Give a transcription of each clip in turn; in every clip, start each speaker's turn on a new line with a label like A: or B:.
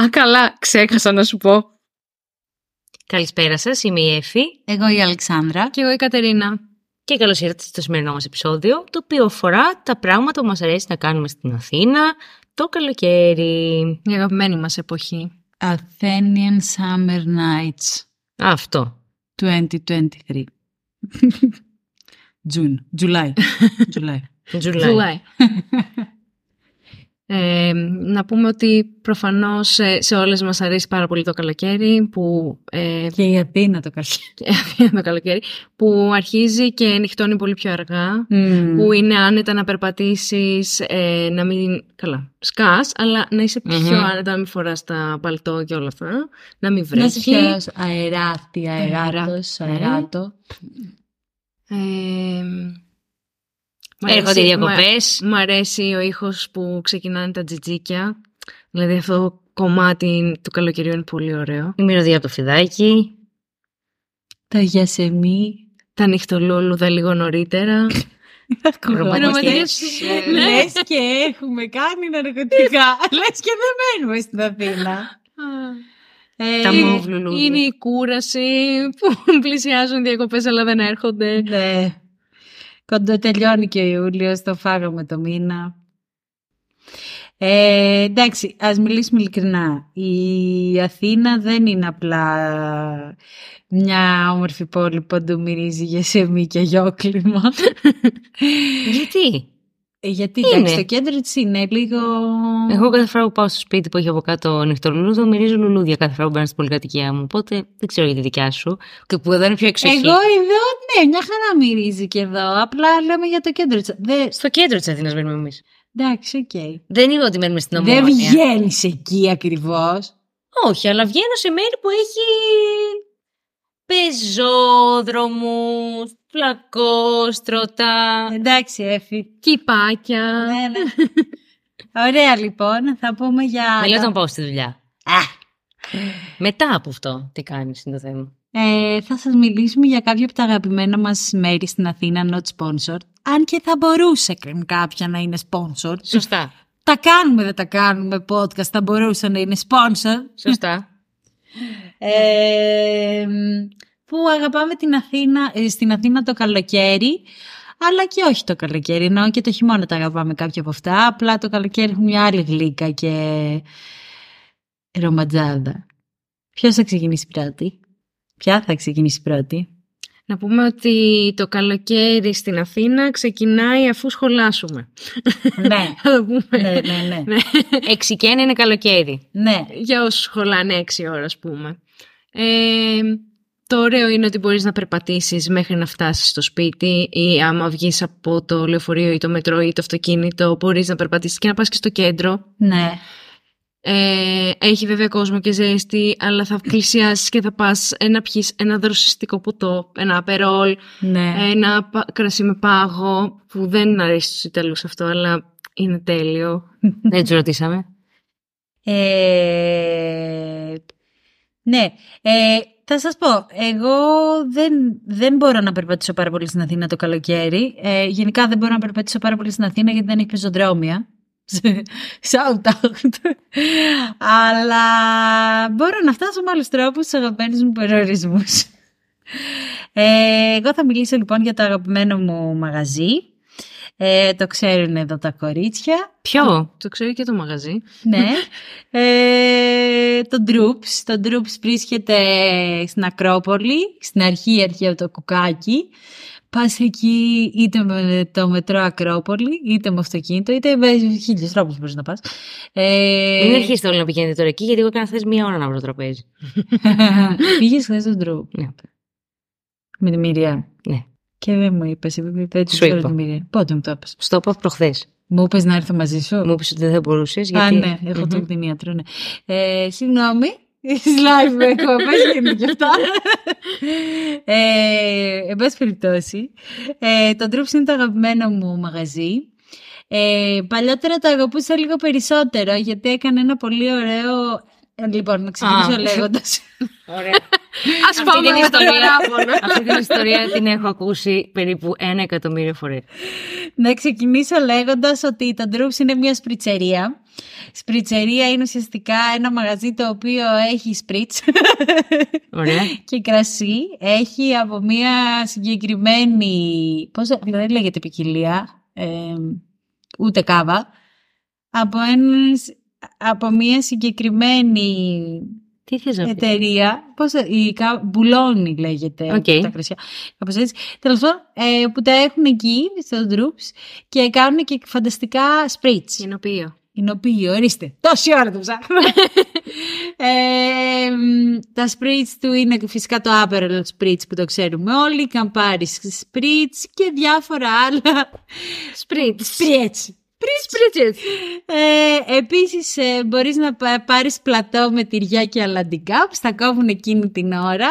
A: Α, καλά, ξέχασα να σου πω.
B: Καλησπέρα σας, είμαι η Εφη.
C: Εγώ η Αλεξάνδρα.
D: Και εγώ η Κατερίνα.
B: Και καλώς ήρθατε στο σημερινό μας επεισόδιο, το οποίο αφορά τα πράγματα που μας αρέσει να κάνουμε στην Αθήνα το καλοκαίρι.
D: Η αγαπημένη μας εποχή.
C: Athenian Summer Nights
B: Αυτό.
C: 2023. June. July. July.
B: Τζουλάι.
D: Ε, να πούμε ότι προφανώς ε, σε όλες μας αρέσει πάρα πολύ το καλοκαίρι που, ε,
C: Και η Αθήνα το καλοκαίρι.
D: το καλοκαίρι που αρχίζει και νυχτώνει πολύ πιο αργά που είναι άνετα να περπατήσεις, ε, να μην... Καλά, σκάς, αλλά να είσαι πιο
B: Μμμ.
D: άνετα, να μην φοράς τα παλτό και όλα αυτά, να μην
C: Να
D: βρέχεις.
C: σε πιάσω αεράτη, αεράτος,
D: Αερά.
C: αεράτο.
D: Ε, μ' αρέσει-
B: Έρχονται οι διακοπές.
D: Μ' αρέσει ο ήχος που ξεκινάνε τα τζιτζίκια. Δηλαδή αυτό το κομμάτι του καλοκαιριού είναι πολύ ωραίο.
B: Η μυρωδιά από το φιδάκι.
C: Τα γιασεμί.
D: Τα νυχτολούλουδα λίγο νωρίτερα. Ρομαντικές. Ναι.
C: Λες και έχουμε κάνει ναρκωτικά. Λες και δεν μένουμε στην Αθήνα. Ε,
B: Τα
D: είναι-
B: μόβλουλούδια.
D: Είναι η κούραση που πλησιάζουν οι διακοπές αλλά δεν έρχονται.
C: Ναι. Κοντοτελειώνει και ο Ιούλιος, το φάγαμε το μήνα. Ε, εντάξει, ας μιλήσουμε ειλικρινά. Η Αθήνα δεν είναι απλά μια όμορφη πόλη που παντού μυρίζει για σεμί και γιόκλημα.
B: Γιατί.
C: Ε, Γιατί
B: Είναι.
C: εντάξει, το κέντρο της είναι λίγο...
B: Εγώ κάθε φορά που πάω στο σπίτι που έχει από κάτω νυχτολούδο, μυρίζω λουλούδια κάθε φορά που μπαίνω στην πολυκατοικία μου. Οπότε δεν ξέρω για τη δικιά σου. Και που εδώ είναι πιο εξοχή.
C: Εγώ εδώ, ναι, μια χαρά μυρίζει και εδώ. Απλά λέμε για το κέντρο της... Δε...
B: Στο κέντρο της Αθήνας μένουμε εμείς.
C: Εντάξει, οκ. Okay.
B: Δεν είναι ότι μένουμε στην Ομόνια.
C: Δεν βγαίνεις εκεί ακριβώς.
B: Όχι, αλλά βγαίνω σε μέρη που έχει πεζόδρομους, πλακόστρωτα.
C: Εντάξει, Εφη,
D: Κυπάκια.
C: Ναι, ναι. Ωραία λοιπόν, θα πούμε για...
B: Μετά
C: τα-
B: όταν πάω στη δουλειά.
C: Α,
B: Μετά από αυτό, τι κάνεις είναι το θέμα.
C: ε, θα σας μιλήσουμε για κάποια από τα αγαπημένα μας μέρη στην Αθήνα, not sponsored. Αν και θα μπορούσε καν κάποια να είναι sponsored.
B: Σωστά.
C: Τα κάνουμε, δεν τα κάνουμε podcast, θα μπορούσαν να είναι sponsored.
B: Σωστά.
C: Ε, μ, που αγαπάμε την Αθήνα, ε, στην Αθήνα το καλοκαίρι, αλλά και όχι το καλοκαίρι. Εννοώ και το χειμώνα τα αγαπάμε κάποια από αυτά. Απλά το καλοκαίρι έχουν μια άλλη γλύκα και ρομαντζάδα. Ποιος θα ξεκινήσει πρώτη, Ποια θα ξεκινήσει πρώτη.
D: Να πούμε ότι το καλοκαίρι στην Αθήνα ξεκινάει αφού σχολάσουμε.
C: ναι,
D: Θα το πούμε.
C: ναι, ναι, ναι.
B: Έξι και ένα είναι καλοκαίρι.
C: ναι.
D: για όσους χολάνε έξι ώρα, ας πούμε. Ε, το ωραίο είναι ότι μπορείς να περπατήσεις μέχρι να φτάσεις στο σπίτι ή άμα βγεις από το λεωφορείο ή το μετρό ή το αυτοκίνητο μπορείς να περπατήσεις και να πας και στο κέντρο.
C: ναι.
D: Ε, έχει βέβαια κόσμο και ζέστη, αλλά θα πλησιάσεις και θα πας ε, να πιεις ένα δροσιστικό ποτό, ένα απερόλ, Ε,
C: ναι.
D: ένα πα- κρασί με πάγο που δεν αρέσει στους Ιταλούς αυτό, αλλά είναι τέλειο.
B: δεν τους ρωτήσαμε.
C: Ε, ναι, ε, θα σας πω, εγώ δεν, δεν μπορώ να περπατήσω πάρα πολύ στην Αθήνα το καλοκαίρι. Ε, γενικά δεν μπορώ να περπατήσω πάρα πολύ στην Αθήνα γιατί δεν έχει πεζοδρόμια. Shout out. Αλλά μπορώ να φτάσω με άλλους τρόπους στους αγαπημένους μου περιορισμούς. Ε, εγώ θα μιλήσω λοιπόν για το αγαπημένο μου μαγαζί. Ε, το ξέρουν εδώ τα κορίτσια.
B: Ποιο?
D: Το ξέρει και το μαγαζί.
C: Ναι. Ε, το Droops. Το Droops βρίσκεται στην Ακρόπολη, στην αρχή αρχή από το κουκάκι. Πας εκεί είτε με το μετρό Ακρόπολη, είτε με αυτοκίνητο, είτε με χίλιους τρόπους μπορείς να πας. Ε,
B: Μην αρχίσετε όλοι να πηγαίνετε τώρα εκεί, γιατί εγώ έκανα χθες μία ώρα να βρω τραπέζι.
C: Πήγες χθες στο Droop
B: ναι.
C: με τη Μυρία.
B: ναι.
C: Και δεν μου είπες, επειδή δεν
B: Σου
C: τη ξέρω
B: είπα.
C: τη Μυρία. Πότε μου το είπες.
B: Στο είπα προχθές.
C: Μου είπες να έρθω μαζί σου.
B: Μου είπες ότι δεν θα μπορούσες.
C: Α,
B: Γιατί...
C: ναι, έχω τον κτηνίατρο, ναι. Ε, συγγνώμη, στις live εκπομπές γίνονται και αυτά. ε, εν πάση περιπτώσει, ε, το Droops είναι το αγαπημένο μου μαγαζί. Ε, παλιότερα το αγαπούσα λίγο περισσότερο, γιατί έκανε ένα πολύ ωραίο... Ε, Λοιπόν, να ξεκινήσω
B: Α.
C: λέγοντας.
B: Ωραία.
D: Ας πάμε
B: την
D: με τον
B: ιστορία.
D: παράπονο.
B: Αυτή την ιστορία την έχω ακούσει περίπου ένα εκατομμύριο φορές.
C: Να ξεκινήσω λέγοντας ότι τα Droops είναι μια σπριτσερία. Σπριτσερία είναι ουσιαστικά ένα μαγαζί το οποίο έχει σπριτς
B: Ωραία.
C: και κρασί. Έχει από μια συγκεκριμένη... Πώς δηλαδή δεν λέγεται ποικιλία, ε, ούτε κάβα. Από, ένας, από μια συγκεκριμένη
B: Τι θες
C: Ε,
B: να πεις.
C: εταιρεία. Πώς, η κα- Μπουλόνι λέγεται
B: Οκ.
C: τα κρασιά. Κάπως έτσι. Τέλος πάντων, ε, που τα έχουν εκεί στο Droops και κάνουν και φανταστικά σπρίτς.
D: Κοινοποιείο.
C: Εινοποιεί, ορίστε. Τόση ώρα το ψάχνω. ε, μ, τα σπρίτς του είναι φυσικά το Aperol σπρίτς που το ξέρουμε όλοι, καμπάρι σπρίτς και διάφορα άλλα
D: Σπρίτς.
C: σπρίτς.
D: Σπρίτσιτς.
C: Ε, επίσης ε, μπορείς να πα- πάρεις πλατό με τυριά και αλαντικά που στα κόβουν εκείνη την ώρα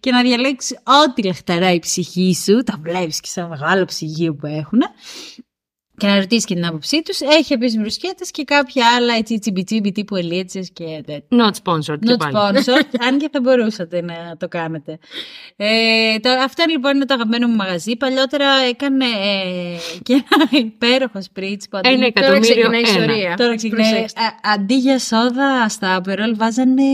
C: και να διαλέξεις ό,τι λεχταράει η ψυχή σου, τα βλέπεις και σαν μεγάλο ψυγείο που έχουν και να ρωτήσεις και την άποψή τους. Έχει επίσης μπρουσκέτες και κάποια άλλα έτσι τσιμπιτσίμπι τύπου ελίτσες και τέτοια.
B: Not sponsored και
C: Not
B: πάλι.
C: sponsored, αν και θα μπορούσατε να το κάνετε. Ε, το, αυτό λοιπόν είναι το αγαπημένο μου μαγαζί. Παλιότερα έκανε ε, και ένα υπέροχο σπρίτς που αντί
B: Ένα
D: Τώρα
B: εκατομμύριο
D: ξεκινάει η
B: ένα.
D: ιστορία.
C: Τώρα ξεκινάει.
D: Προσέξτε.
C: Α, Ε, Αντί για σόδα στα Aperol βάζανε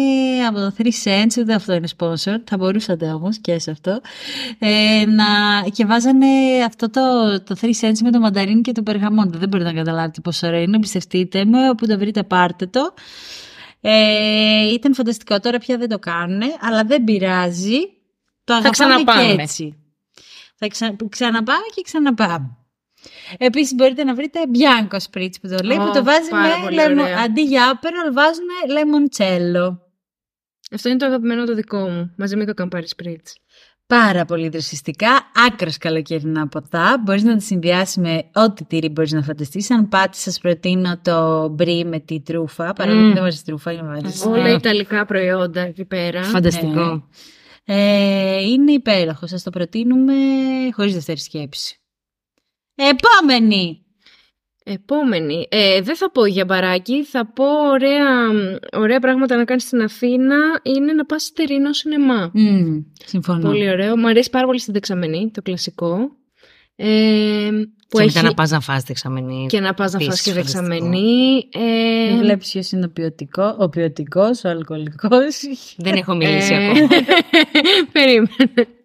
C: από το 3 cents, ούτε αυτό είναι sponsor, θα μπορούσατε όμως και σε αυτό. Ε, να, και βάζανε αυτό το, το 3 cents με το μανταρίνι και το περγαμόντα. Δεν μπορείτε να καταλάβετε πόσο ωραίο είναι, εμπιστευτείτε με, όπου το βρείτε πάρτε το. Ε, ήταν φανταστικό, τώρα πια δεν το κάνουν, αλλά δεν πειράζει. Το αγαπάμε
A: ξαναπάμε.
C: και έτσι. Θα ξα... ξαναπάμε και ξαναπάμε. Επίσης μπορείτε να βρείτε Bianco Spritz που το λέει,
D: Ω,
C: που το βάζει
D: πάρα
C: με
D: πολύ
C: λεμο...
D: ωραία.
C: αντί για Aperol βάζουν λεμοντσέλο.
D: Αυτό είναι το αγαπημένο το δικό μου, μαζί με το καμπάρι σπρίτς.
C: Πάρα πολύ δροσιστικά, άκρος καλοκαιρινά ποτά. Μπορείς να τη συνδυάσεις με ό,τι τυρί μπορείς να φανταστείς. Αν πάτε σας προτείνω το μπρι με τη
D: Mm.
C: τρούφα, παρόλο που
B: Μμμ.
C: δεν βάζεις τρούφα, είναι βάζεις.
D: Όλα ιταλικά προϊόντα εκεί πέρα.
C: ναι.
B: Φανταστικό.
C: Ε, είναι υπέροχο, σας το προτείνουμε χωρίς δεύτερη σκέψη. Επόμενη!
D: Επόμενη. Ε, δεν θα πω για μπαράκι, θα πω ωραία, ωραία πράγματα να κάνεις στην Αθήνα είναι να πας στερινό σινεμά.
C: Μμμ, συμφωνώ.
D: Πολύ ωραίο. Μου αρέσει πάρα πολύ στην Δεξαμενή, το κλασικό. Ε, που
B: Και
D: έχει
B: μετά να πας να φας δεξαμενή.
D: και να πας να φας
B: Επίσης
D: και
B: φανταστικό.
D: Δεξαμενή. Ε,
C: Μην βλέπεις ποιος είναι ο ποιοτικό, ο ποιοτικός, ο αλκοολικός.
B: Δεν έχω μιλήσει
D: ε,
B: ακόμα.
D: Περίμενε.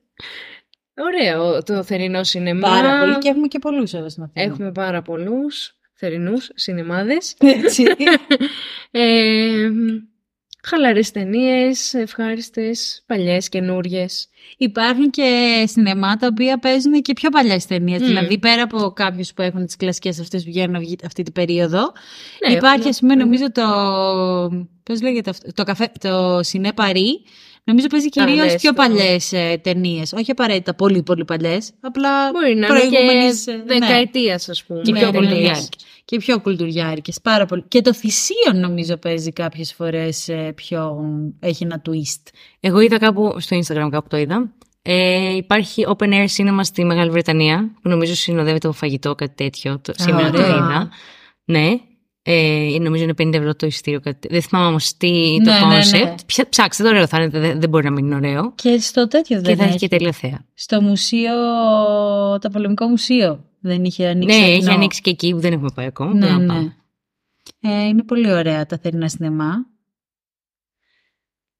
D: Ωραίο το θερινό σινεμά.
C: Πάρα πολύ και έχουμε και πολλούς εδώ στην Αθήνα.
D: Έχουμε πάρα πολλούς θερινούς σινεμάδες.
C: Έτσι.
D: Ε, χαλαρές ταινίες, ευχάριστες, παλιές, καινούριες.
C: Υπάρχουν και σινεμά τα οποία παίζουν και πιο παλιές ταινίες.
D: Μμμ.
C: Δηλαδή, πέρα από κάποιους που έχουν τις κλασικές αυτές που βγαίνουν αυγή- αυτή την περίοδο,
D: Ναι,
C: υπάρχει,
D: έχουμε-
C: ας πούμε, νομίζω το. Πώς λέγεται αυτό. Το, καφέ, το Σινέ Παρί. Νομίζω παίζει κυρίως
D: λες,
C: πιο
D: το-
C: παλιές ε, ταινίες. Όχι απαραίτητα πολύ, πολύ παλιές. Απλά
D: Μπορεί να είναι
C: προηγούμενης, ε,
D: και
C: ναι.
D: δεκαετίας, ας πούμε.
C: Και πιο
D: ταινίες.
C: κουλτουριάρικες. Και πιο κουλτουριάρικες, πάρα πολύ. Και το θυσίον νομίζω παίζει κάποιες φορές ε, πιο... έχει ένα twist.
B: Εγώ είδα κάπου στο Instagram, κάπου το είδα. Ε, υπάρχει open air cinema στη Μεγάλη Βρετανία, που νομίζω συνοδεύεται από φαγητό, κάτι τέτοιο. Το, σήμερα το
C: ωραία.
B: είδα. Ναι. Ε, νομίζω είναι 50 ευρώ το ειστήριο. Κάτι, δεν θυμάμαι όμως τι το
C: Ναι, ναι,
B: concept.
C: ναι.
B: Ψα- Ψάξτε το ωραίο, θα είναι, δεν, δεν μπορεί να μην είναι ωραίο.
C: Και στο τέτοιο
B: και
C: δεν
B: θα έχει
C: έχει.
B: και τέλεια θέα.
C: Στο μουσείο, το Πολεμικό Μουσείο δεν είχε ανοίξει.
B: Ναι,
C: ενώ.
B: έχει ανοίξει και εκεί που δεν έχουμε πάει ακόμα.
C: Ναι,
B: πρέπει να
C: ναι.
B: πάμε.
C: Ε, είναι πολύ ωραία τα θερινά σινεμά.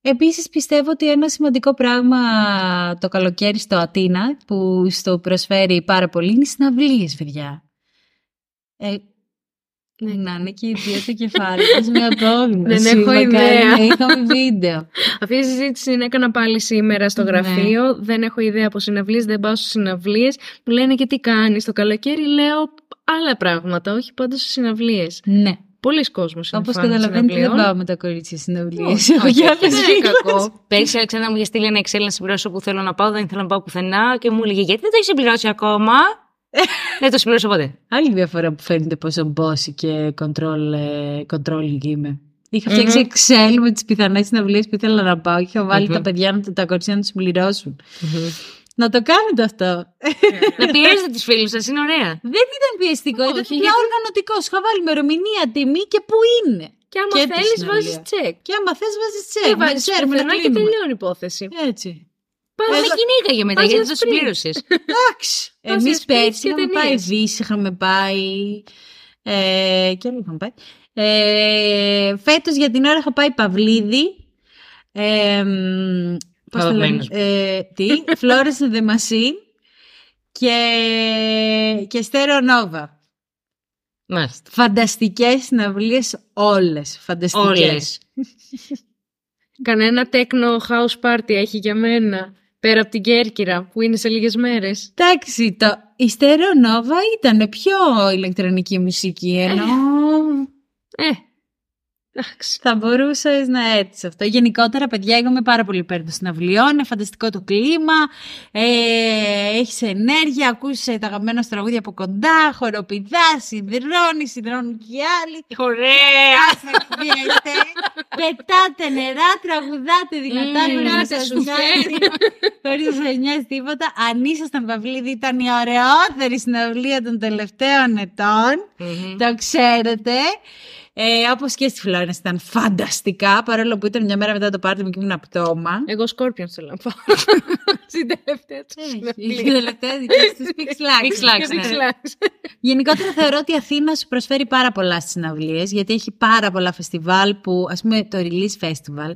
C: Επίσης πιστεύω ότι ένα σημαντικό πράγμα το καλοκαίρι στο Αθήνα που στο προσφέρει πάρα πολύ είναι οι συναυλίες, παιδιά. Ε,
D: Ναι.
C: Να είναι και οι δύο το κεφάλι μας με απόγνωση.
D: Δεν έχω
C: Μακάρι
D: ιδέα.
C: να Είχαμε βίντεο.
D: Αυτή τη συζήτηση την έκανα πάλι σήμερα στο
C: Ναι.
D: γραφείο. Δεν έχω ιδέα από συναυλίες, δεν πάω στις συναυλίες. Μου λένε και τι κάνεις το καλοκαίρι. Λέω άλλα πράγματα, όχι πάντα στις συναυλίες.
C: Ναι.
D: Πολλοί κόσμος είναι
C: Όπως
D: φαν
C: καταλαβαίνετε δεν
D: συναυλιών.
C: πάω με τα κορίτσια συναυλίες.
B: Όχι,
C: Έχω
B: όχι,
C: και
B: όχι,
C: άλλες
D: Δεν είναι
C: φίλες.
D: κακό.
B: Πέρσι η Αλεξάνδρα μου είχε στείλει ένα Excel να συμπληρώσω που θέλω να πάω, δεν ήθελα να πάω πουθενά και μου έλεγε Γιατί δεν το έχεις συμπληρώσει ακόμα. δεν το συμπληρώσα ποτέ.
C: Άλλη μια φορά που φαίνεται πόσο μπόση και control, ε, controlling είμαι. Είχα φτιάξει Excel με τις πιθανές συναυλίες που ήθελα να πάω και είχα βάλει τα παιδιά, να, τα κορίτσια να τους πληρώσουν. Να το κάνετε αυτό.
D: Ε.
B: να πιέζετε τους φίλους σας, είναι ωραία.
C: Δεν ήταν πιεστικό, ήταν
D: Όχι,
C: απλά
D: γιατί-
C: οργανωτικό. Σου είχα βάλει ημερομηνία, τιμή και πού είναι.
D: Και άμα
C: Και τη
D: θέλεις,
C: συναυλία. Ε,
D: βάζει τσεκ.
C: Και άμα θες, βάζεις τσεκ.
D: Και
C: να
D: βάζει
C: ξέρουμε, να
D: πουθενά Ε, και
C: κλείνουμε.
D: τελειώνει η
C: Ε,
D: υπόθεση.
C: Έτσι.
D: Πάμε
B: Πάμε
C: ε.
D: εκεί.
B: γυναίκα για μετά,
D: Πας
B: γιατί
D: να
B: το
D: σπρίνεις.
B: συμπλήρωσε.
C: Εντάξει.
D: Τόσες
C: Εμεί
D: σπίτια
C: πέρσι
D: και
C: είχαμε πάει
D: ταινίες.
C: Βύση, είχαμε πάει. Ε, και άλλο είχαμε πάει. Ε, Φέτος για την ώρα έχω πάει Παυλίδη. Ε, μ, πώς το λένε,
B: Αγαπημένος μου.
C: ε, τι, Φλόρες in the Machine και, και Στέρο Νόβα.
B: Μάλιστα.
C: Φανταστικές συναυλίες όλες. Φανταστικές.
B: Όλες.
D: Κανένα τέκνο house party έχει για μένα. Πέρα από την Κέρκυρα που είναι σε λίγες μέρες.
C: Εντάξει, το η Στέρο Νόβα ήταν πιο ηλεκτρονική μουσική, ενώ
D: Ε, εντάξει.
C: Θα μπορούσες να έτσι αυτό. Γενικότερα, παιδιά, εγώ είμαι πάρα πολύ υπέρ των συναυλιών. Είναι φανταστικό το κλίμα. Ε, Έχεις ενέργεια, ακούς ε, τα αγαπημένα σου τραγούδια από κοντά, χοροπηδά, συνδρώνεις, συνδρώνουν και οι άλλοι.
B: Ωραία!
C: Ας εκβιέστε. Πετάτε νερά, τραγουδάτε δυνατά,
D: Μμμ,
C: χωρίς να
D: να
C: σας
D: σου
C: νοιάζει. Χωρίς να σας νοιάζει τίποτα. Αν ήσασταν Παυλίδη, ήταν η ωραιότερη συναυλία των τελευταίων ετών. Το ξέρετε. Ε, Όπως και στη Φλόρενς ήταν φανταστικά, παρόλο που ήταν μια μέρα μετά το πάρτι μου και ήμουν από πτώμα.
D: Εγώ σκόρπιον θέλω να πάω. Στην τελευταία
C: Ε,
D: του
C: Η τελευταία δική στις Pix Lux.
B: Pix Lux, ναι.
C: Γενικότερα θεωρώ ότι η Αθήνα σου προσφέρει πάρα πολλά στις συναυλίες, γιατί έχει πάρα πολλά φεστιβάλ που, ας πούμε, το Release Festival,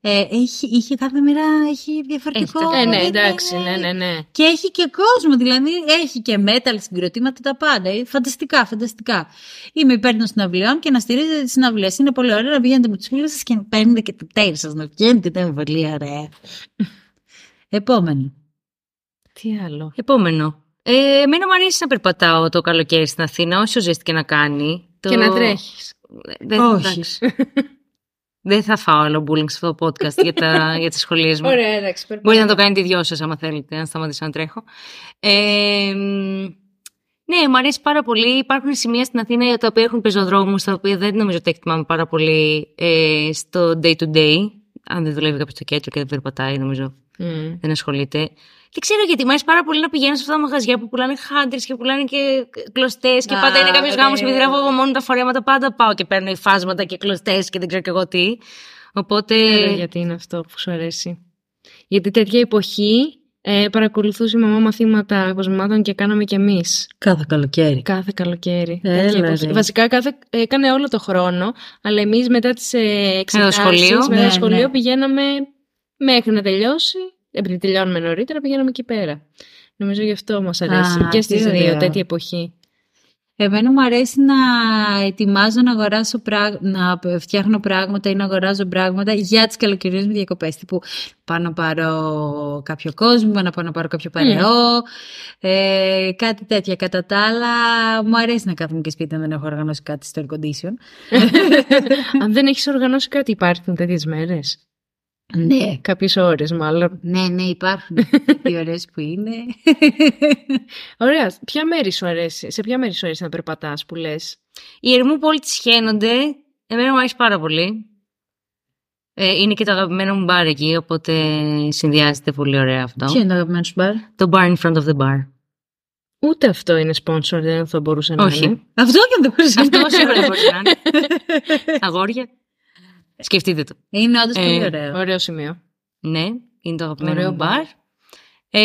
C: ε, έχει, είχε κάθε μέρα έχει διαφορετικό...
B: Έχει τα-
D: Ναι, ναι,
C: είναι-
D: εντάξει, ναι, ναι, ναι.
C: Και έχει και κόσμο, δηλαδή έχει και metal συγκροτήματα τα πάντα. Ε, Φανταστικά, φανταστικά. Είμαι υπέρ των συναυλιών και να στηρίζετε τις συναυλίες. Είναι πολύ ωραία να βγαίνετε με τους φίλους σας και να παίρνετε και το τέρι σας να βγαίνετε. Είναι πολύ ωραία. Επόμενη.
D: Τι άλλο.
B: Επόμενο. Ε, εμένα μου αρέσει να περπατάω το καλοκαίρι στην Αθήνα, όσο ζέστη και να κάνει. Το-
D: Και να τρέχεις.
B: Δεν,
C: Όχι.
B: εντάξει. Δεν θα φάω άλλο bullying σε αυτό το podcast για, τα, για τις σχολίες μου.
D: Ωραία, εντάξει.
B: Μπορείτε να το κάνετε οι δυο σας άμα θέλετε, αν σταματήσω να τρέχω. Ε, μ, ναι, μου αρέσει πάρα πολύ. Υπάρχουν σημεία στην Αθήνα για τα οποία έχουν πεζοδρόμους, τα οποία δεν νομίζω ότι εκτιμάμε πάρα πολύ ε, στο day to day. Αν δεν δουλεύει κάποιος στο κέντρο και δεν περπατάει, νομίζω δεν ασχολείται. Δεν ξέρω γιατί. Μ' αρέσει πάρα πολύ να πηγαίνω σε αυτά τα μαγαζιά που πουλάνε χάντρες και πουλάνε και κλωστές. Και
C: Α,
B: πάντα είναι κάποιος
C: ωραία.
B: γάμο και επειδή εγώ μόνο τα φορέματα, πάντα πάω και παίρνω υφάσματα και κλωστές και δεν ξέρω και εγώ τι. Οπότε.
C: Ε, Ναι,
D: Ξέρω γιατί είναι αυτό που σου αρέσει. Γιατί τέτοια εποχή ε, παρακολουθούσε η μαμά μαθήματα κοσμημάτων και κάναμε κι εμείς.
C: Κάθε καλοκαίρι.
D: Κάθε καλοκαίρι.
C: Έλα,
D: Τέτοια εποχή.
C: ρε.
D: Βασικά κάθε, έκανε όλο το χρόνο, αλλά εμείς μετά τις ε, εξετάσεις,
B: σχολείο.
D: μετά
C: Ναι,
D: το σχολείο
C: ναι.
D: πηγαίναμε μέχρι να τελειώσει, επειδή τελειώνουμε νωρίτερα, πηγαίναμε εκεί πέρα. Νομίζω γι' αυτό μας αρέσει
C: Α,
D: και στις
C: τι
D: δύο
C: ωραίο.
D: τέτοια εποχή.
C: Εμένα μου αρέσει να ετοιμάζω να αγοράσω πράγμα, να φτιάχνω πράγματα ή να αγοράζω πράγματα για τις καλοκαιρινές μου διακοπές. Τύπου πάω να πάρω κάποιο κόσμο, να πάω να πάρω κάποιο παρεό, ε, κάτι τέτοια. Κατά τα άλλα, μου αρέσει να κάθομαι και σπίτι αν δεν έχω οργανώσει κάτι στο air condition.
D: Αν δεν έχεις οργανώσει κάτι, υπάρχουν τέτοιες μέρες.
C: Ναι.
D: Κάποιες ώρες μάλλον.
C: Ναι, ναι, υπάρχουν. Τι ωραίες που είναι.
D: Ωραία. Ποια μέρη σου αρέσει, σε ποια μέρη σου αρέσει να περπατάς που λες.
B: Οι ερμού που όλοι τις χαίνονται, εμένα μου αρέσει πάρα πολύ. Ε, είναι και το αγαπημένο μου μπαρ εκεί, οπότε συνδυάζεται πολύ ωραία αυτό.
C: Ποιο είναι το αγαπημένο σου μπαρ?
B: Το bar in front of the bar.
D: Ούτε αυτό είναι sponsor, δεν θα μπορούσε να
B: Όχι.
D: είναι.
C: Αυτό και αν δεν μπορούσε.
B: Αυτό σίγουρα μπορεί να είναι. Αγόρια. Σκεφτείτε το.
C: Είναι όντως πολύ
B: Ε,
C: ωραίο.
D: Ωραίο σημείο.
B: Ναι, είναι το αγαπημένο
D: Ωραίο
B: μου
D: μπαρ.
B: μπαρ. Ε,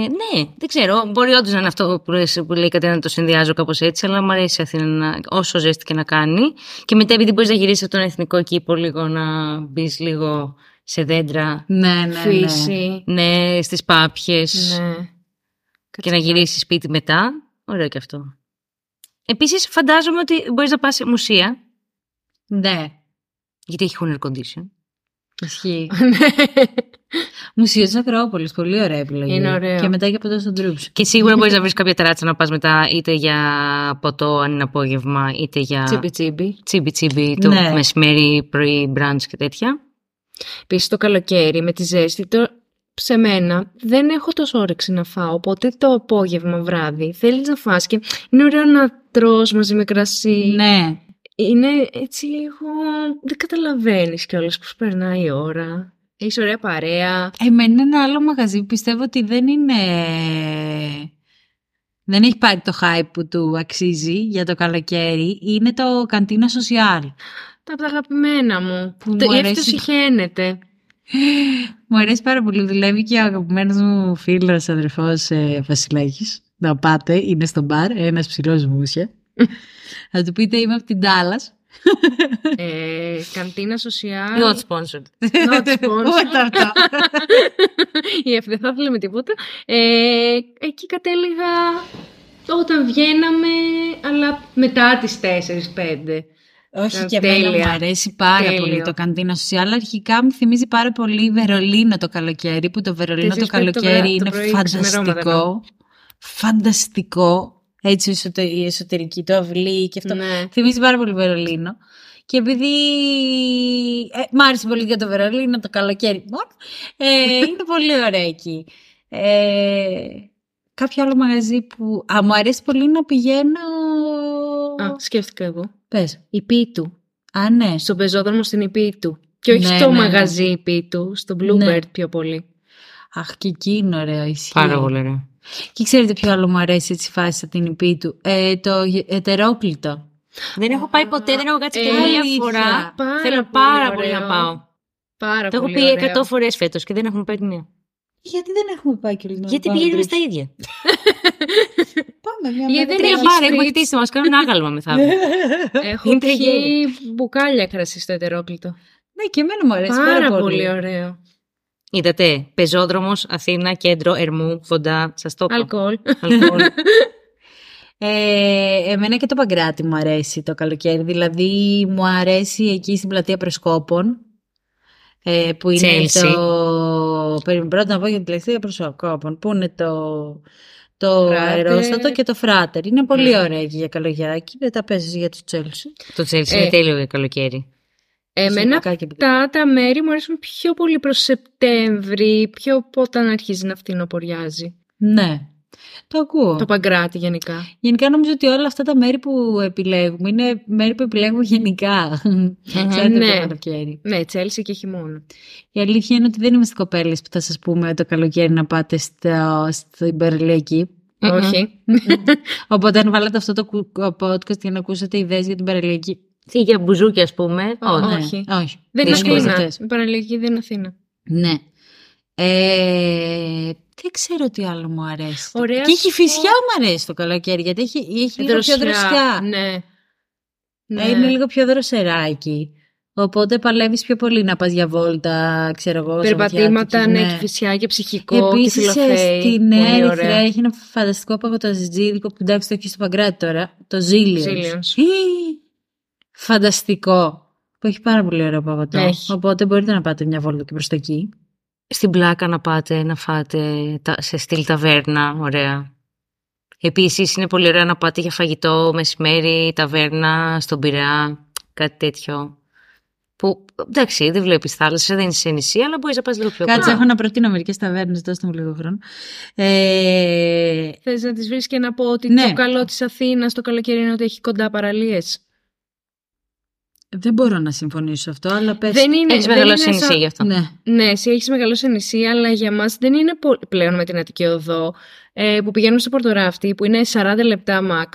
B: ναι, δεν ξέρω. Μπορεί όντως να είναι αυτό που, λες- που λέει η Κατένα να το συνδυάζω κάπως έτσι, αλλά μου αρέσει η Αθήνα να- όσο ζέστη και να κάνει. Και μετά, επειδή μπορείς να γυρίσεις από τον εθνικό κήπο λίγο, να μπεις λίγο σε δέντρα,
C: Ναι, ναι, ναι.
D: Φύση.
B: ναι, στις πάπιες
D: Ναι.
B: και να γυρίσεις σπίτι μετά. Ωραίο και αυτό. Επίσης, φαντάζομαι ότι μπορείς να πας σε μουσεία,
C: Ναι.
B: γιατί έχει air condition.
C: Ισχύει.
D: Ναι.
C: Μουσείο της Ακρόπολης. Πολύ ωραία επιλογή.
D: Είναι ωραίο.
C: Και μετά και από το στον Τρούψ.
B: Και σίγουρα μπορείς να βρεις κάποια τεράτσα να πας μετά είτε για ποτό, αν είναι απόγευμα, είτε για
D: Τσιμπι τσιμπι.
B: τσίμπι τσίμπι το
C: Ναι.
B: μεσημέρι, πρωί, brunch και τέτοια.
D: Επίσης το καλοκαίρι με τη ζέστη, το... σε μένα δεν έχω τόσο όρεξη να φάω. Οπότε το απόγευμα βράδυ θέλεις να φας και είναι ωραίο να τρως μαζί με κρασί.
C: Ναι.
D: Είναι έτσι λίγο. Δεν καταλαβαίνεις κιόλας πώς περνάει η ώρα. Έχεις ωραία παρέα.
C: Εμένα ένα άλλο μαγαζί που πιστεύω ότι δεν είναι. δεν έχει πάρει το hype που του αξίζει για το καλοκαίρι. Είναι το καντίνα social.
D: Τα από τα αγαπημένα μου.
C: Που
D: το
C: μου
D: γεύτη
C: αρέσει.
D: συχαίνεται.
C: Μου αρέσει πάρα πολύ. Δουλεύει και ο αγαπημένος μου φίλος αδερφός ε, Βασιλάκης. Να πάτε, είναι στο μπαρ, ένας ψηλός μουσια. Θα του πείτε είμαι από την Τάλλας.
D: ε, καντίνα social.
B: Not sponsored.
D: Not sponsored.
C: Ούτε αυτό.
D: Η Εφ, δεν θα θέλαμε τίποτα. Ε, εκεί κατέληγα όταν βγαίναμε, αλλά μετά τις 4-5.
C: Όχι
D: Ήταν
C: και εμένα
D: τέλεια.
C: μου αρέσει πάρα
D: Τέλειο.
C: πολύ το καντίνα social. αλλά Αρχικά μου θυμίζει πάρα πολύ Βερολίνο το καλοκαίρι, που το Βερολίνο το
D: Τέσσερις, πέντε το
C: καλοκαίρι
D: βράδυ, το
C: είναι
D: πρωί,
C: φανταστικό.
D: ξημερώματα. ναι.
C: Φανταστικό. Έτσι η εσωτε- η εσωτερική του αυλή και αυτό.
D: Ναι.
C: Θυμίζει πάρα πολύ Βερολίνο. Και επειδή ε, μ' άρεσε πολύ για το Βερολίνο το καλοκαίρι μόνο, ε, είναι πολύ ωραία εκεί. Ε, κάποιο άλλο μαγαζί που... Α, μου αρέσει πολύ να πηγαίνω...
D: Α, σκέφτηκα εγώ.
C: Πες.
D: Η Πίτου.
C: Α, ναι.
D: Στον πεζόδρομο στην Υπήτου. Και όχι
C: Ναι,
D: στο
C: ναι, ναι.
D: μαγαζί Υπήτου, στο
C: Ναι.
D: Bluebird πιο πολύ.
C: Αχ, και εκεί είναι ωραία ισχύει.
B: Πάρα πολύ ωραία.
C: Και ξέρετε ποιο άλλο μου αρέσει έτσι φάση από την υπή του. Ε, το γε- ετερόκλητο.
B: Δεν έχω πάει ποτέ, δεν έχω κάτσει και
D: Ε,
B: μία
C: αλήθεια.
B: φορά.
D: Πάρα
B: Θέλω
D: πολύ
B: πάρα πολύ
D: ωραίο.
B: να πάω.
D: Πάρα
B: Το έχω
D: πολύ
B: πει
D: ωραίο.
B: 100 φορές φέτος και δεν έχουμε πάει τη μία.
C: Γιατί δεν έχουμε πάει και λίγο.
B: Γιατί πηγαίνουμε στα ίδια.
C: Πάμε μια
D: Γιατί μέρα. δεν
B: Τρία
D: έχει
B: μπάρα, έχουμε
D: streets.
B: χτίσει, μα κάνουν άγαλμα μεθαύριο.
D: Έχω
B: Είναι
D: πιει μπουκάλια κρασί στο ετερόκλητο.
C: Ναι, και εμένα μου αρέσει πάρα,
D: Πάρα πολύ ωραίο.
B: Είδατε, πεζόδρομος, Αθήνα, κέντρο, Ερμού, κοντά. Σας το είπα.
D: Αλκοόλ.
B: Αλκοόλ.
C: Ε, εμένα και το Παγκράτη μου αρέσει το καλοκαίρι. Δηλαδή μου αρέσει εκεί στην πλατεία Προσκόπων. Ε, που είναι
B: Chelsea.
C: το... Περίμενε πρώτα να πω για την πλατεία Προσκόπων. Που είναι το... Το
D: Φράτερ.
C: αερόστατο και το φράτερ. Είναι πολύ ωραία εκεί για καλογιάκι. Δεν τα παίζεις για τους Τσέλσι.
B: Το Τσέλσι
D: Ε.
B: είναι τέλειο για καλοκαίρι.
D: Εμένα
C: Συνολικά και επειδή-
D: αυτά τα μέρη μου αρέσουν πιο πολύ προς Σεπτέμβρη, πιο από όταν αρχίζει να φθινοποριάζει.
C: Ναι. Το ακούω.
D: Το Παγκράτη γενικά.
C: Γενικά νομίζω ότι όλα αυτά τα μέρη που επιλέγουμε είναι μέρη που επιλέγουμε γενικά. Ξέρετε
D: ναι.
C: το καλοκαίρι.
D: Ναι, Τσέλσι και χειμώνα.
C: Η αλήθεια είναι ότι δεν είμαστε κοπέλες που θα σας πούμε το καλοκαίρι να πάτε στο, στην Παραλιακή.
B: Μμμ.
D: Όχι.
C: Οπότε αν βάλετε αυτό το κου- podcast για να ακούσετε ιδέες για την Παραλιακή.
B: Τι για μπουζούκια, ας πούμε.
D: Α,
B: όχι.
D: α.
C: Ναι,
D: Όχι.
C: όχι.
D: Δεν είναι
B: Δύσκολο.
D: Αθήνα.
C: αυτές.
D: Η παραλληλική δεν είναι Αθήνα.
C: Ναι. Ε, δεν ξέρω τι άλλο μου αρέσει.
D: Ωραία
C: και έχει
D: σου πω- Ε,
C: φυσιά μου αρέσει το καλοκαίρι γιατί έχει, έχει λίγο πιο δροσιά.
D: Ναι.
C: Ε, Είναι λίγο πιο δροσεράκι. Οπότε παλεύεις πιο πολύ να πας για βόλτα, ξέρω εγώ.
D: Περπατήματα,
C: Σαββατιάτικη,
D: ναι, και φυσιά και ψυχικό
C: Επίσης,
D: και
C: ε,
D: φιλοφέη.
C: στην
D: Πολύ
C: Έρυθρα
D: ωραία.
C: έχει ένα φανταστικό παγωταζιτζίδικο που εντάξει το έχει στο Παγκράτη τώρα. Το Ζήλιο.
D: Zillions.
C: Φανταστικό. Που έχει πάρα πολύ ωραίο παγωτό.
D: Έχει.
C: Οπότε μπορείτε να πάτε μια βόλτα και προς τα εκεί.
B: Στην πλάκα να πάτε, να φάτε τα- σε στυλ ταβέρνα, ωραία. Επίσης είναι πολύ ωραία να πάτε για φαγητό, μεσημέρι, ταβέρνα, στον Πειραιά, κάτι τέτοιο. Που, εντάξει, δεν βλέπεις θάλασσα, δεν είσαι σε νησί, αλλά μπορείς να πας λίγο πιο
C: Κάτσε,
B: κοντά.
C: έχω να προτείνω μερικές ταβέρνες, δώστε μου λίγο χρόνο. Ε,
D: Θες να τις βρεις και να πω ότι
C: Ναι.
D: το καλό της Αθήνας το καλοκαίρι είναι ότι έχει κοντά παραλίες.
C: δεν μπορώ να συμφωνήσω σε αυτό, αλλά πες.
D: Δεν είναι,
B: Έχεις
D: δεν
B: μεγαλώσει σε
D: είναι
B: νησί
D: σαν-
B: γι' αυτό.
C: Ναι.
D: Ναι, εσύ έχεις μεγαλώσει σε νησί, αλλά για μας δεν είναι πο- πλέον με την Αττική Οδό. Ε, που πηγαίνουμε στο Πορτοράφτη, που είναι 40 λεπτά max.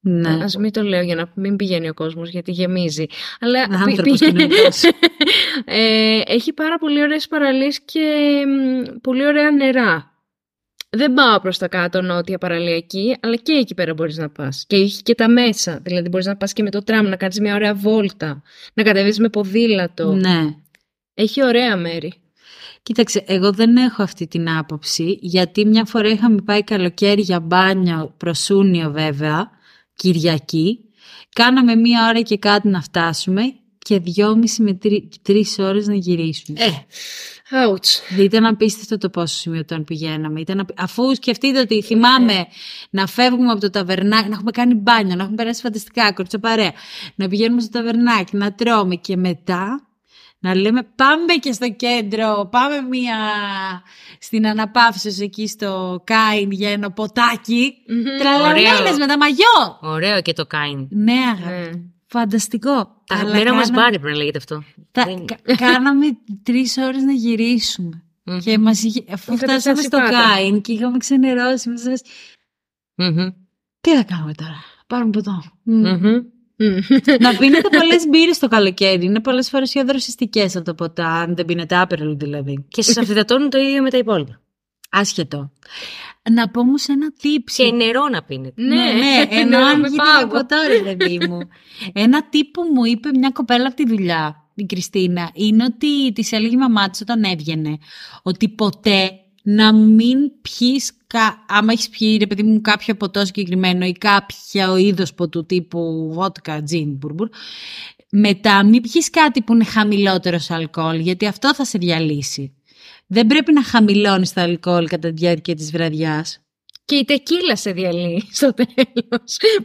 C: ναι.
D: Ας μην το λέω για να μην πηγαίνει ο κόσμος, γιατί γεμίζει. Αλλά πη-
C: Άνθρωπος
D: πη-
C: κοινωνικός.
D: ε, έχει πάρα πολύ ωραίες παραλίες και μ, πολύ ωραία νερά. Δεν πάω προς τα κάτω νότια παραλιακή, αλλά και εκεί πέρα μπορείς να πας. Και έχει και τα μέσα. Δηλαδή μπορείς να πας και με το τραμ, να κάνεις μια ωραία βόλτα, να κατεβείς με ποδήλατο.
C: ναι.
D: Έχει ωραία μέρη.
C: Κοίταξε, εγώ δεν έχω αυτή την άποψη, γιατί μια φορά είχαμε πάει καλοκαίρι για μπάνιο προς Ούνιο βέβαια, Κυριακή. Κάναμε μία ώρα και κάτι να φτάσουμε και δυόμιση με τρι, τρεις ώρες να γυρίσουμε.
D: Ε, ouch.
C: Ήταν απίστευτο το πόσο σημείο όταν πηγαίναμε. Ήταν απ- Αφού σκεφτείτε ότι
B: Ε.
C: θυμάμαι να φεύγουμε από το ταβερνάκι, να έχουμε κάνει μπάνιο, να έχουμε περάσει φανταστικά, κορτσοπαρέα, να πηγαίνουμε στο ταβερνάκι, να τρώμε και μετά να λέμε πάμε και στο κέντρο, πάμε μία στην αναπαύσεως εκεί στο Κάιν για ένα ποτάκι. Τραλαλέλες
B: Ωραίο.
C: με τα μαγιό!
B: Ωραίο και το κάνει.
C: Ναι, αγάπη.
D: Ναι.
C: Φανταστικό.
B: Τα
C: Αλλά
B: αγαπημένα μας
C: κάναμε-
B: μπάρει πρέπει να λέγεται αυτό.
C: τα-
B: Δεν-
C: κα- κάναμε τρεις ώρες να γυρίσουμε.
B: Μμμ.
C: Και μας είχε, αφού
D: Είχατε
C: φτάσαμε
D: φτάσει
C: στο
D: πάντα.
C: Κάιν και είχαμε ξενερώσει, μας
B: Μμμ.
C: Τι θα κάνουμε τώρα. Πάρουμε ποτό.
D: Μμμ. Μμμ.
C: να πίνετε πολλές μπύρες το καλοκαίρι. Είναι πολλές φορές πιο δροσιστικές από τα ποτά, αν δεν πίνετε άπερλ δηλαδή.
B: Και σας αφιδατώνουν το ίδιο με τα υπόλοιπα.
C: Άσχετο. Να πω όμω ένα tips.
B: Και νερό να πίνετε.
C: Ναι, ναι, ενώ
D: να
C: αν
D: με
C: γίνει
D: πάγω.
C: από τώρα, παιδί μου. Ένα τύπο μου είπε μια κοπέλα από τη δουλειά, η Κριστίνα, είναι ότι τη έλεγε η μαμά της όταν έβγαινε ότι ποτέ να μην πιεις. Κα... Άμα έχεις πιει, ρε παιδί μου, κάποιο ποτό συγκεκριμένο ή κάποιο είδος ποτού τύπου βότκα, τζιν, μπουρμπουρ. Μετά, μην πιεις κάτι που είναι χαμηλότερο σε αλκοόλ, γιατί αυτό θα σε διαλύσει. Δεν πρέπει να χαμηλώνεις το αλκοόλ κατά τη διάρκεια της βραδιάς.
D: Και η τεκίλα σε διαλύει στο τέλος.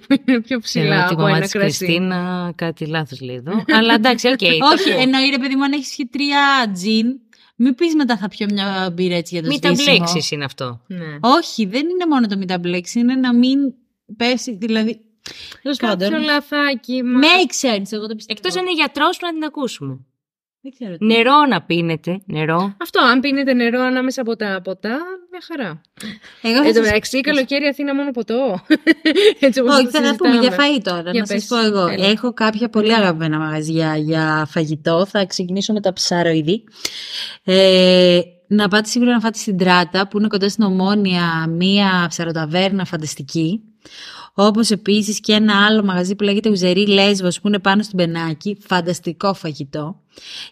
D: Που είναι πιο ψηλά
B: την
D: από
B: μαμά
D: ένα
B: της
D: κρασί.
B: Κριστίνα, κάτι λάθος λέει εδώ. Αλλά εντάξει, οκ.
C: Όχι, εννοεί ρε παιδί μου, αν έχεις πιει τρία τζιν, μην πεις μετά θα πιω μια μπύρα έτσι για το
B: Μην τα
C: σβήσιμο.
B: μπλέξει είναι αυτό.
D: Ναι.
C: Όχι, δεν είναι μόνο το μην τα μπλέξει, είναι να μην πέσει. Δηλαδή. Τέλος πάντων.
D: Κάποιο λαθάκι. μα-
C: Makes sense, εγώ το πιστεύω.
B: Εκτός αν Ναι, είναι γιατρός που να την ακούσουμε.
C: Δεν ξέρω. τι.
B: Νερό να πίνετε, νερό.
D: Αυτό, αν πίνετε νερό ανάμεσα από τα ποτά, μια χαρά.
C: Εγώ
D: Εν
C: θα
D: τω
C: σας...
D: μεταξύ, καλοκαίρι Αθήνα μόνο ποτό. Έτσι όπως
C: Όχι,
D: το
C: θα τα πούμε
D: συζητάμε.
C: για φαΐ τώρα.
D: Για
C: να
D: πες.
C: σα πω εγώ.
D: Έλα.
C: Έχω κάποια πολύ αγαπημένα μαγαζιά για φαγητό. Θα ξεκινήσω με τα ψαροειδή. Ε, να πάτε σίγουρα να φάτε στην Τράτα, που είναι κοντά στην Ομόνια, μία ψαροταβέρνα φανταστική. Όπως επίσης και ένα άλλο μαγαζί που λέγεται Ουζερή Λέσβος που είναι πάνω στην Πενάκη, φανταστικό φαγητό.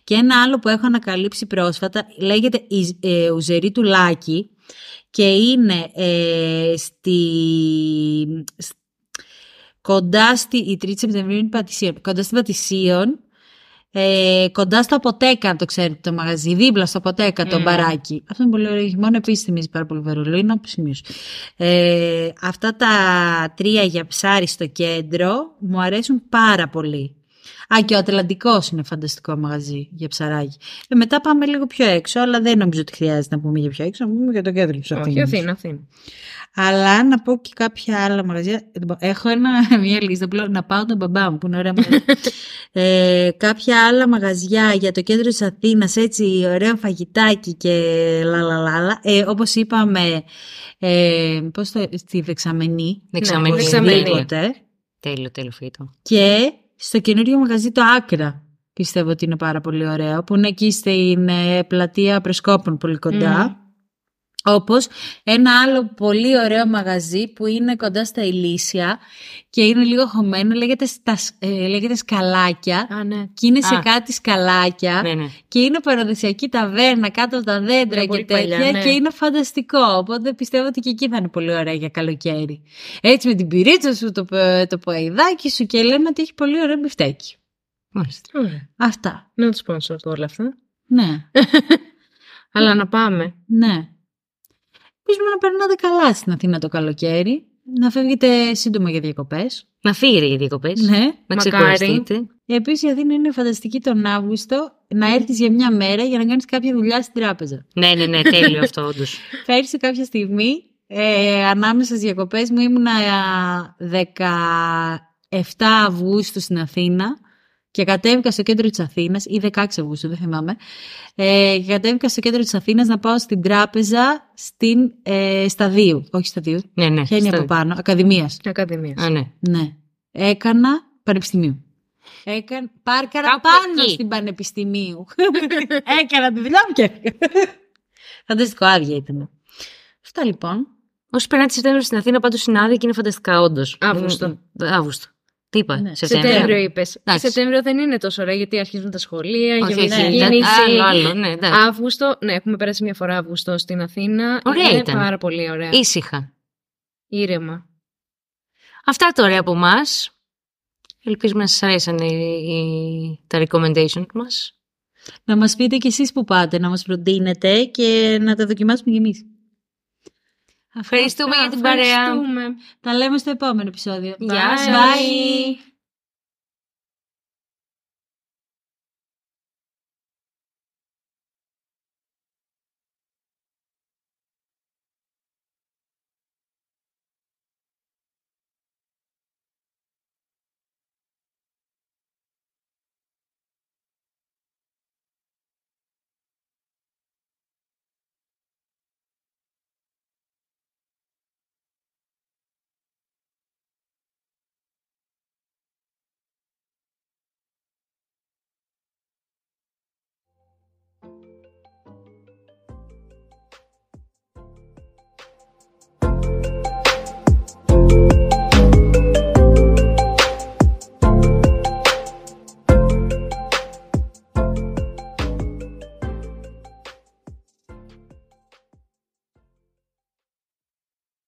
C: Και ένα άλλο που έχω ανακαλύψει πρόσφατα λέγεται Ιζ- ε, Ουζερή του Λάκη και είναι ε, στη... σ- κοντά στη... η 3η Σεπτεμβρίου είναι Πατησίων, κοντά στην Πατησίων ε, κοντά στο Αποτέκα, αν το ξέρετε το μαγαζί, δίπλα στο Αποτέκα,
D: Mm.
C: το μπαράκι. Αυτό είναι πολύ ωραίο χειμώνα, επίσης θυμίζει πάρα πολύ Βερολίνο, που σημείωσε. Ε, αυτά τα τρία για ψάρι στο κέντρο μου αρέσουν πάρα πολύ. Α, και ο Ατλαντικός είναι φανταστικό μαγαζί για ψαράκι. Ε, μετά πάμε λίγο πιο έξω, αλλά δεν νομίζω ότι χρειάζεται να πούμε για πιο έξω, να πούμε για το κέντρο της
D: Όχι, Αθήνας, Αθήνα.
C: αλλά να πω και κάποια άλλα μαγαζιά. Λοιπόν, Έχω ένα, μια λίστα που λέω να πάω τον μπαμπά μου, που είναι ωραία μαγαζιά. ε, κάποια άλλα μαγαζιά για το κέντρο της Αθήνας, έτσι ωραίο φαγητάκι και λαλαλάλα. Ε, όπως είπαμε, ε, πώς το, στη Δεξαμενή.
B: Δεξαμενή.
D: Δεξαμενή.
C: οπωσδήποτε.
B: Τέλειο, τέλειο φαγητό.
C: Και στο καινούριο μαγαζί το Άκρα. Πιστεύω ότι είναι πάρα πολύ ωραίο, που είναι εκεί στην ε, πλατεία Πρεσκόπων πολύ κοντά. Όπως ένα άλλο πολύ ωραίο μαγαζί που είναι κοντά στα Ηλίσια και είναι λίγο χωμένο, λέγεται, στα, σ- ε, λέγεται Σκαλάκια
D: Α, ναι.
C: και είναι σε
B: Α.
C: κάτι σκαλάκια
B: Ναι, ναι.
C: και είναι παραδοσιακή ταβέρνα κάτω από τα δέντρα
D: Ναι,
C: και
D: πολύ
C: τέτοια
D: παλιά, ναι.
C: και είναι φανταστικό. Οπότε πιστεύω ότι και εκεί θα είναι πολύ ωραία για καλοκαίρι. Έτσι με την πυρίτσα σου, το, πε- το παϊδάκι σου και λένε ότι έχει πολύ ωραίο μπιφτέκι.
B: Μάλιστα.
D: Ωραία.
C: Αυτά.
D: Να τους sponsor όλα αυτά.
C: Ναι,
D: Αλλά να πάμε.
C: ναι. Ελπίζουμε να περνάτε καλά στην Αθήνα το καλοκαίρι. Να φεύγετε σύντομα για διακοπές.
B: Να φύγετε για διακοπές.
C: Ναι.
B: Να
D: Μακάρι.
B: ξεκουραστείτε.
C: Επίσης η Αθήνα είναι φανταστική τον Αύγουστο να έρθεις για μια μέρα για να κάνεις κάποια δουλειά στην τράπεζα.
B: Ναι, ναι, ναι, τέλειο αυτό όντως.
C: Πέρσι κάποια στιγμή, ε, ανάμεσα στις διακοπές μου, ήμουνα ε, 17 Αυγούστου στην Αθήνα και κατέβηκα στο κέντρο της Αθήνας, ή 16 Αυγούστου, δεν θυμάμαι, ε, και κατέβηκα στο κέντρο της Αθήνας να πάω στην τράπεζα στην, ε, στα δύο, όχι στα δύο,
B: Ναι, ναι.
C: ποια είναι
B: στα-
C: από πάνω, Ακαδημίας.
D: Ακαδημίας.
B: Α, ναι.
C: Ναι. Έκανα πανεπιστημίου. Έκανα, πάρκαρα
B: Κάπου
C: πάνω
B: εκεί.
C: στην πανεπιστημίου. Έκανα τη δουλειά μου και έφυγα. Φανταστικό άδεια ήταν. Αυτά λοιπόν.
B: Όσοι περνάτε Σεπτέμβριο στην Αθήνα, πάντως συνάδει και είναι φανταστικά, όντως.
D: Αύγουστο.
B: Αύγουστο. Τι είπα,
C: Ναι.
D: Σεπτέμβριο
B: Σεπτέμβριο.
D: είπες.
B: Εντάξει.
D: Σεπτέμβριο δεν είναι τόσο ωραία γιατί αρχίζουν τα σχολεία,
B: Όχι,
D: γεμίζει
B: όχι,
D: η
B: ήταν
D: κίνηση.
B: Άλλο, άλλο, ναι, εντάξει.
D: Αύγουστο, ναι, έχουμε πέρασει μια φορά Αύγουστο στην Αθήνα.
B: Ωραία
D: είναι
B: ήταν.
D: Πάρα πολύ ωραία.
B: Ήσυχα.
D: Ήρεμα.
B: Αυτά τώρα από εμάς. Ελπίζουμε να σας αρέσαν οι- οι- τα recommendation μας.
C: Να μας πείτε κι εσείς που πάτε, να μας προτείνετε και να τα δοκιμάσουμε κι εμείς.
B: Ευχαριστούμε για την παρέα.
D: Ευχαριστούμε.
C: Τα λέμε στο επόμενο επεισόδιο.
B: Γεια
C: Bye.
B: σας.
C: Bye.
B: Bye.